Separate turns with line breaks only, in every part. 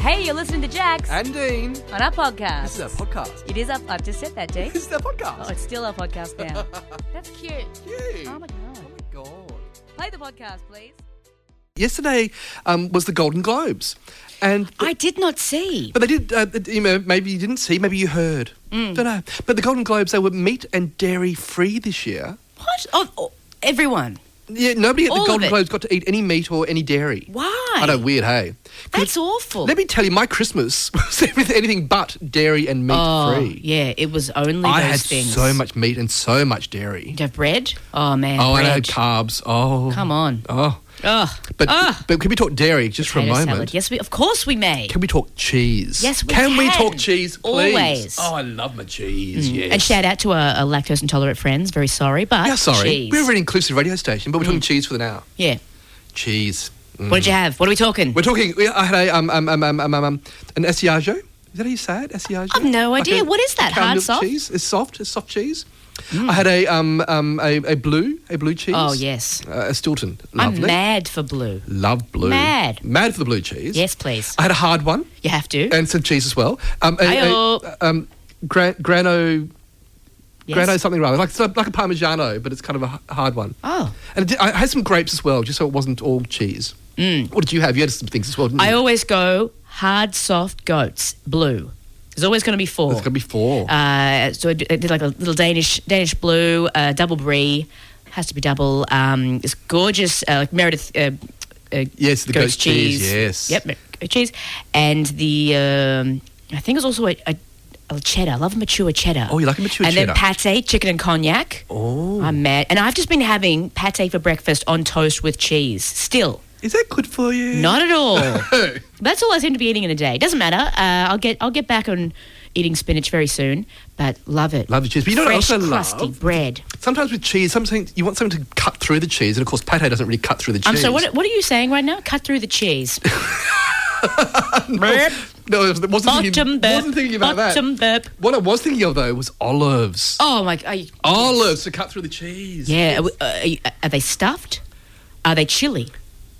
Hey, you're listening to Jax
and Dean.
on our podcast.
This is our podcast.
It is up. I've just said that, Jake.
This is our podcast.
Oh, it's still our podcast now. That's cute.
Cute.
Oh my god.
God.
Play the podcast, please.
Yesterday um, was the Golden Globes, and
I did not see.
but they did. Uh, you know, maybe you didn't see, maybe you heard.
Mm.
Don't know. But the Golden Globes, they were meat and dairy free this year.
What? Oh, oh, everyone.
Yeah, nobody at the
All of
Golden
it.
Globes got to eat any meat or any dairy.
Why?
I know, weird, hey. 'Cause
That's awful.
Let me tell you, my Christmas was everything- anything but dairy and meat
oh,
free.
yeah, it was only
I
those
had
things.
so much meat and so much dairy.
You have bread? Oh man.
Oh,
bread.
and I had carbs. Oh,
Come on.
Oh,
Oh,
But
Ah.
but can we talk dairy just for a
potato
moment?
salad. Yes, we. Of course, we may.
Can we talk cheese?
Yes, we
can. we
can.
talk cheese, please?
Always. Mm.
Oh, I love my cheese. Yes.
And shout out to our, our lactose intolerant friends. Very sorry, but
Yeah, sorry.
cheese. Mm.
We're a really inclusive radio station, but we're talking cheese for the now.
yeah.
Cheese. Mm.
What did you have? What are we talking?
We're talking. we- I had a um um um um um, um, um an Asiago. Is that how you say it? Asiago.
I've no idea.
a-
What is that?
a cow's
Hard
milk
soft? Mm.
cheese. It's soft. It's soft cheese. I had a um um a, a blue a blue cheese.
Oh, yes.
Uh, a Stilton. Lovely.
I'm mad for blue.
Love blue.
Mad.
Mad for the blue cheese.
Yes, please.
I Uh, had a hard one.
You have to.
and some cheese as well. Um, a, a,
Ayo.
um, gran, grano,
Yes.
grano something rather, like like a parmigiano, but it's kind of a h- hard one.
Oh.
And it did, I had some grapes as well, just so it wasn't all cheese. Mm. What did you have? You had some things as well, didn't
I
you?
always go hard, soft goats. Blue. There's always going to be four.
There's going to be four.
Uh, so I d- I did like a little Danish Danish blue, uh, double brie, has to be double. Um, this gorgeous uh, like Meredith. Uh, uh,
Yes, the goat's cheese, yes.
Yep, goat cheese, and the um, I think it was also a, a, a cheddar. I love mature cheddar.
Oh, you like a mature
and
cheddar.
then pate, chicken and cognac.
Oh.
I'm mad, and I've just been having pate for breakfast on toast with cheese. Still,
Is that good for you?
not at all. That's all I seem to be eating in a day. Doesn't matter. Uh, I'll get I'll get back on eating spinach very soon. But love it.
Love the cheese. But you know what I
Fresh,
also love?
crusty bread.
Sometimes with cheese, something you want something to cut through the cheese, and of course, pate doesn't really cut through the cheese.
I'm sorry. What, what are you saying right now? Cut through the cheese. burp.
No, I wasn't,
Bottom
thinking,
burp.
wasn't thinking about
bottom
that.
burp.
What I was thinking of though was olives.
Oh my god.
Olives to cut through the cheese.
Yeah. Are, we- uh, are they stuffed? Are they chili?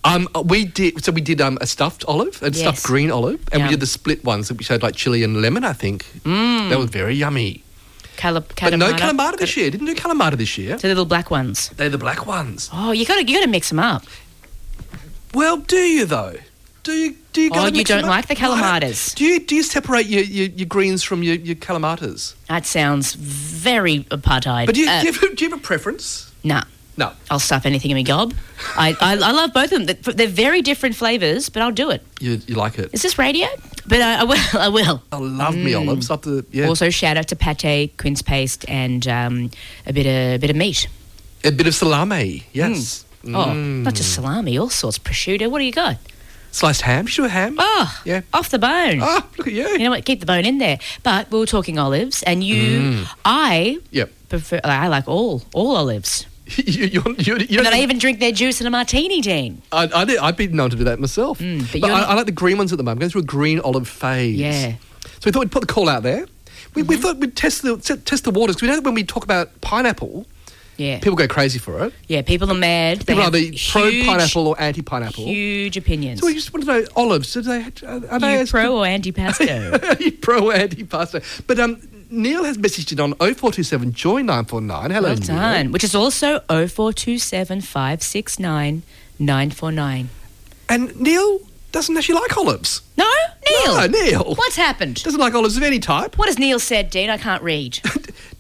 Um, we did. So we did um, a stuffed olive, a stuffed
Yes.
green olive, and we
Yum.
did the split ones, which had like chili and lemon. I think mm. that was very yummy.
Cala,
But no
calamata?
calamari this year. Didn't do calamari this year.
So the little black ones.
They're the black ones.
Oh, you gotta you gotta mix them up.
Well, do you though? Do you do you?
Oh,
go and
you
mix them
don't
up?
like the calamatas?
Why? Do you do you separate your, your, your greens from your, your calamatas?
That sounds very apartheid.
But do you,
Uh,
do, you have, do you have a preference?
nah.
No.
I'll stuff anything in my gob. I, I, I love both of them. They're- They're very different flavours, but I'll do it.
You, you like it.
Is this radio? But I, I will. I will.
I love me
Mm.
olives. Up the yeah.
Also, shout out to pate, quince paste, and um, a bit of a bit of meat.
a bit of salami. Yes.
Oh,
Mm.
not just salami, all sorts, prosciutto. What do you got?
Sliced ham. Should we do a ham?
Oh,
Yeah.
off the bone.
Ah, look at you.
You know what? Keep the bone in there. But we were talking olives, and you,
Mm.
I
Yep.
prefer. I like all all olives,
you, you're, you're, you're,
and then I even drink their juice in a martini, Dean.
I, I did, I've been known to do that myself.
Mm, but
but
you're
I,
not-
I like the green ones at the moment. I'm going through a green olive phase.
Yeah. Mm-hmm.
So we thought we'd put the call out there. We, we thought we'd test the t- test the waters because we know that when we talk about pineapple,
Yeah,
people go crazy for it.
yeah. People are mad. They
People are
have
either pro
huge-
pineapple or anti pineapple.
Huge opinions.
So we just want to know olives. Do they are are they
you
as
pro or anti pasto?
Are you pro or anti pasta? But um, Neil has messaged in on 0427 joy 949. Hello,
well
Neil.
done. Which is also 0427 569 949.
And Neil doesn't actually like olives.
No? Neil!
No, Neil.
What's happened?
Doesn't like olives of any type.
What has Neil said, Dean? I can't read.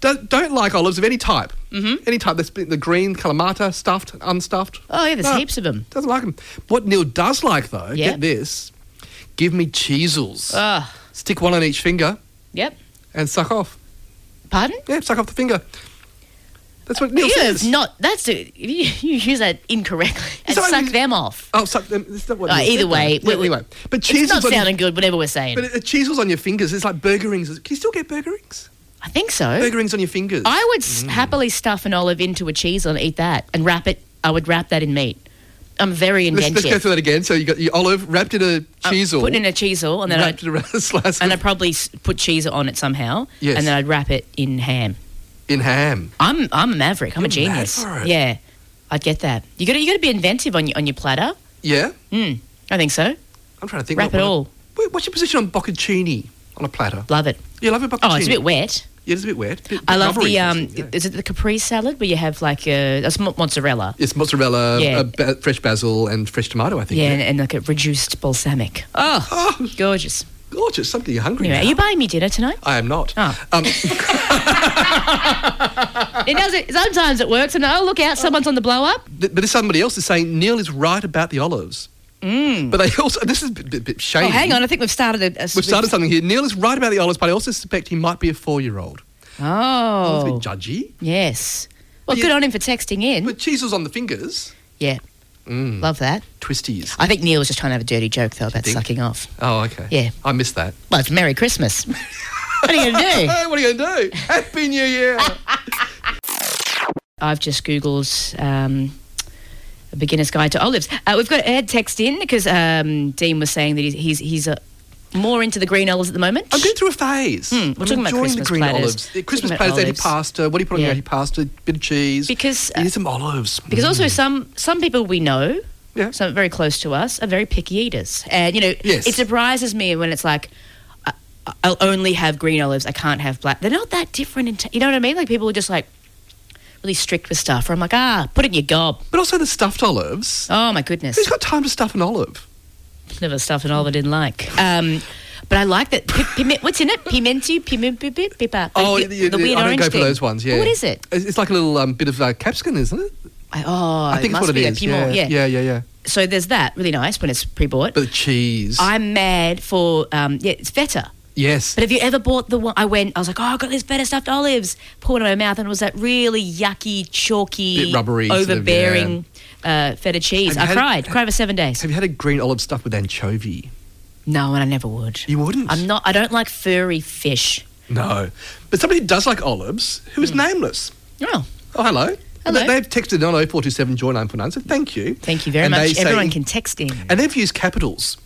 don't, don't like olives of any type. Mm-hmm. Any type. That's been the green, calamata, stuffed, unstuffed.
Oh, yeah, there's heaps of 'em.
Doesn't like them. What Neil does like, though,
Yeah.
get this give me cheesels.
Ah.
Stick one on each finger
Yep.
and suck off.
Pardon?
Yeah, suck off the finger. That's what Neil
You have
says.
not. That's a, you, you use that incorrectly and
not-
suck them off.
Oh, suck them. It's not what
Uh,
Neil
either
said,
way,
though. Yeah,
we- we-
anyway. But
It's
cheesels
not
on your-
sounding good. Whatever we're saying.
But uh, cheesels on your fingers, it's like burger rings. Can you still get burger rings?
I think so.
Burger rings on your fingers.
I would s
Mm.
happily stuff an olive into a cheese and eat that and wrap it. I would wrap that in meat. I'm very
let's, let's go
inventive.
through that again. So you got your olive wrapped in a
I
cheese or
Uh, Put it in a cheese all and then
wrapped
I'd,
it around a slice
and
of-
I'd probably s- put cheese on it somehow.
Yes.
And then I'd wrap it in ham.
in ham.
I'm I'm a maverick. I'm a
You're mad
genius.
for it.
Yeah, I'd get that. You got to you got to be inventive on your on your platter.
Yeah,
Mm, I think so.
I'm trying to think.
Wrap
what-
it all.
Wait, what's your position on bocconcini on a platter?
Love it.
You love a bocconcini.
Oh, it's a bit wet.
Yeah, it's a bit wet. Bit-
I
bit
love
rubbery,
the um.
isn't it? Yeah.
Is it the caprese salad where you have like uh, a that's mo- mozzarella?
It's mozzarella,
Yeah.
uh, ba- fresh basil, and fresh tomato. I think.
Yeah, and, and like a reduced balsamic. Oh,
Oh,
gorgeous.
gorgeous! Something you're hungry.
Anyway,
now.
are you buying me dinner tonight?
I am not.
Oh.
Um,
It does. It, sometimes it works. And oh, look out! Someone's on the blow up.
th- but if somebody else is saying Neil is right about the olives. Mm. But they also this is a bit, bit, bit shady.
Oh, hang on. I think we've started a. a
We've started something here. Neil is right about the olives, but I also suspect he might be a four-year-old. It's a bit
Oh,
judgy.
yes. Well,
But you-
good on him for texting in.
But cheese was on the fingers.
Yeah,
Mm.
love that.
Twisties.
I think Neil was just trying to have a dirty joke though about
think?
sucking off.
Oh, okay.
Yeah.
I missed that.
Well, it's Merry Christmas. what are you going to do?
Hey, what are you going to do? Happy New Year.
I've just Googled um, a beginner's guide to olives. Uh, we've got Ed text in because um, Dean was saying that he's he's, he's uh, more into the green olives at the moment.
I'm going through a phase.
Hmm, we're
I'm
talking about
enjoying the
Christmas
green
platters.
olives. The Christmas
Talking about
platters, any
olives.
pasta. What do you put on your
Yeah.
any pasta? Bit of cheese.
because uh,
Here's some olives.
because also some some people we know,
Mm. Yeah.
some very close to us, are very picky eaters, and you know
Yes.
it surprises me when it's like. I- I'll only have green olives. I can't have black. They're not that different. In t- you know what I mean? Like people are just like really strict with stuff. Where I'm like, ah, put it in your gob.
But also the stuffed olives.
Oh my goodness.
Who's got time to stuff an olive?
Never stuff and all I didn't like. Um, but I like that. Pi- pimi- what's in it? Pimenti, pimenti, pipa.
Oh, you- you- I don't go for those ones, yeah.
What is it?
It's it's like a little um, bit of uh, capsicum, isn't it?
I, oh,
I think
it
it's
must
what it
be
is.
a piment.
yeah.
Yeah.
yeah, yeah, yeah.
So there's that. Really nice when it's pre-bought.
But the cheese.
I'm mad for um, yeah, it's feta.
yes.
But have you ever bought the one? I went. I was like, oh, I got this feta stuffed olives. Poured it in my mouth, and it was that really yucky, chalky,
Bit rubbery, sort of,
overbearing uh, feta
Have
cheese.
you
I
had-
cried. cried for seven days.
Have you had a green olive stuffed with anchovy?
no, and I never would.
You wouldn't.
I'm not. I don't like furry fish.
No. But somebody who does like olives, who is nameless.
Hmm. Oh.
Oh, hello.
Hello.
They- They've texted on 0427 joy 9.9, so thank you.
Thank you very
And they
much.
say-
Everyone can text in.
And they've used capitals.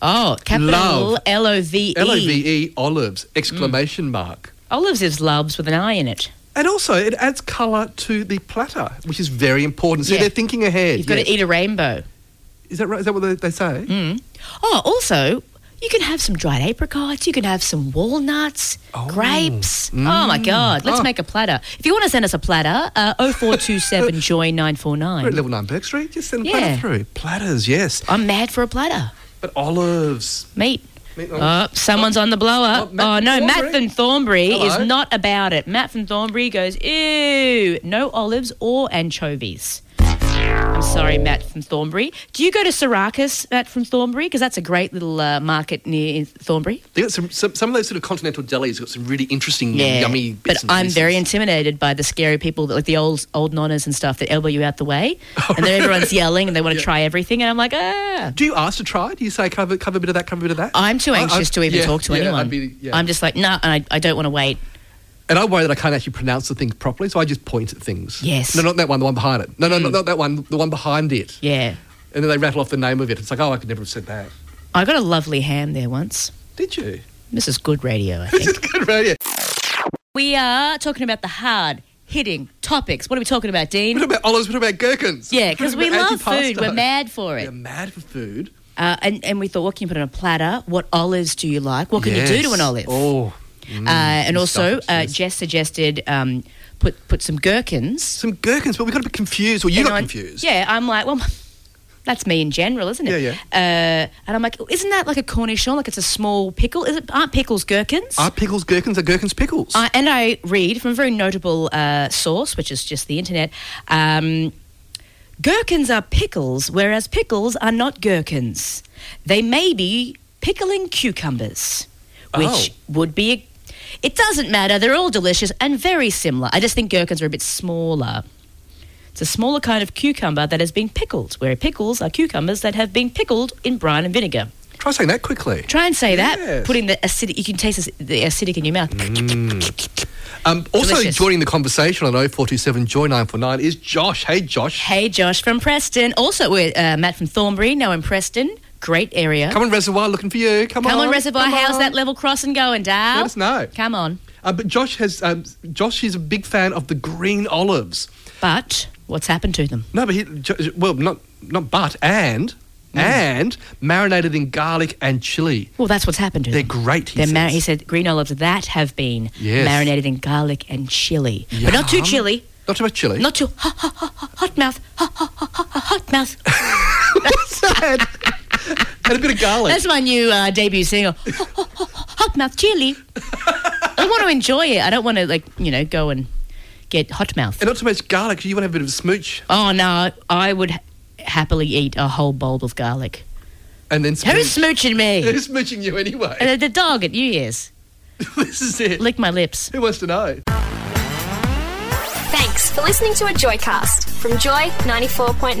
Oh, capital
Love.
L O V E. Mm.
L O V E olives exclamation mark.
Olives is loves with an I in it.
And also, it adds colour to the platter, which is very important. So
Yeah.
they're thinking ahead.
You've e- got to eat a rainbow.
Is that right? Is that what they, they say?
Oh, also, you can have some dried apricots. You can have some walnuts, grapes. Oh my God! Let's
Mm. Oh.
make a platter. If you want to send us a platter, uh, 0427 joy nine four
We're at
nine.
level nine Burke Street. Just send a
Yeah.
platter through. Platters, yes.
I'm mad for a platter.
But olives.
Meat.
Meat
Oh, someone's on the blow up.
Oh,
Oh,
Matt from
no, Matt
Thornbury.
from Thornbury
Hello.
is not about it. Matt from Thornbury goes, ew, no olives or anchovies. I'm sorry, Matt from Thornbury. Do you go to Syracuse, Matt from Thornbury? Because that's a great little uh, market near in Thornbury.
They got some, some some of those sort of continental delis got some really interesting, yummy.
but
Bits and
I'm very
pieces.
intimidated by the scary people, that, like the old old nonnas and stuff that elbow you out the way, and then everyone's yelling and they want to try everything, and I'm like, ah.
Do you ask to try? Do you say cover cover a bit of that, cover a bit of that?
I'm too
I- I-
anxious to even
yeah,
talk to
yeah,
anyone.
I'd be- yeah.
I'm just like, nah, and I, I don't want to wait.
And I worry that I can't actually pronounce the things properly, so I just point at things.
Yes. Mm.
No, not that one, the one behind it. No, no, not, not that one, the one behind it.
Yeah.
And then they rattle off the name of it. It's like, oh, I could never have said that.
I got a lovely ham there once.
Did you?
This is good radio, I think.
Good radio.
we are talking about the hard hitting topics. What are we talking about,
What
Dean?
about olives? What about gherkins?
Yeah, because
What
we
about
love food.
antipasto?
We're mad for it.
We're mad for food.
Uh, and, and we thought, what can you put on a platter? What olives do you like? What can you do to
Yes.
an olive?
Oh.
uh, and also,
stuff it,
uh,
yes.
Jess suggested um, put put some gherkins.
Some gherkins, but we got a bit confused. Well, you
And
got
I-
confused.
Yeah, I'm like, well, that's me in general, isn't it?
Yeah, yeah.
Uh, and I'm like, isn't that like a cornichon? Like it's a small pickle? Is it, aren't pickles gherkins?
Are pickles gherkins? Are gherkins pickles?
Uh, and I read from a very notable uh, source, which is just the internet. Um, gherkins are pickles, whereas pickles are not gherkins. They may be pickling cucumbers, which
Oh.
would be. A, it doesn't matter. They're all delicious and very similar. I just think gherkins are a bit smaller. It's a smaller kind of cucumber that has been pickled, where pickles are cucumbers that have been pickled in brine and vinegar.
Try saying that quickly.
Try and say that.
Yes. Mm.
Put in the acidic. You can taste the- the acidic in your mouth.
Um, also
Delicious.
joining the conversation on 0427 Joy 949 is Josh. Hey, Josh.
Hey, Josh from Preston. Also, we're uh, Matt from Thornbury. Now in Preston, great area.
Come on, Reservoir, looking for you. Come,
Come
on.
on, Reservoir.
Come
How's
on.
that level crossing going, Dal?
Let us know.
Come on.
Uh, but Josh has um, Josh is a big fan of the green olives.
But what's happened to them?
No, but he, Jo- well, not not but and
Mm.
and marinated in garlic and chili.
Well, that's what's happened to
They're
them.
great. He
They're mar-
says.
he said green olives that have been
Yes.
marinated in garlic and chili, but not too
Yum.
chili,
Not too much chili.
not too hot, hot, hot, hot, hot mouth, hot, hot, hot, hot, hot, hot mouth.
sad. and a bit of garlic.
That's my new uh, debut single, hot, hot, hot, hot mouth chili. I want to enjoy it. I don't want to like you know go and get hot mouth.
and not too much garlic. You want to have a bit of a smooch
Oh no, I would ha- happily eat a whole bowl of garlic.
and then
Who's
smooch.
smooching me?
Who's smooching you anyway?
Uh, the dog at New Year's
this is it.
licked my lips.
Who wants to know?
Thanks for listening to a Joycast from Joy 94.9.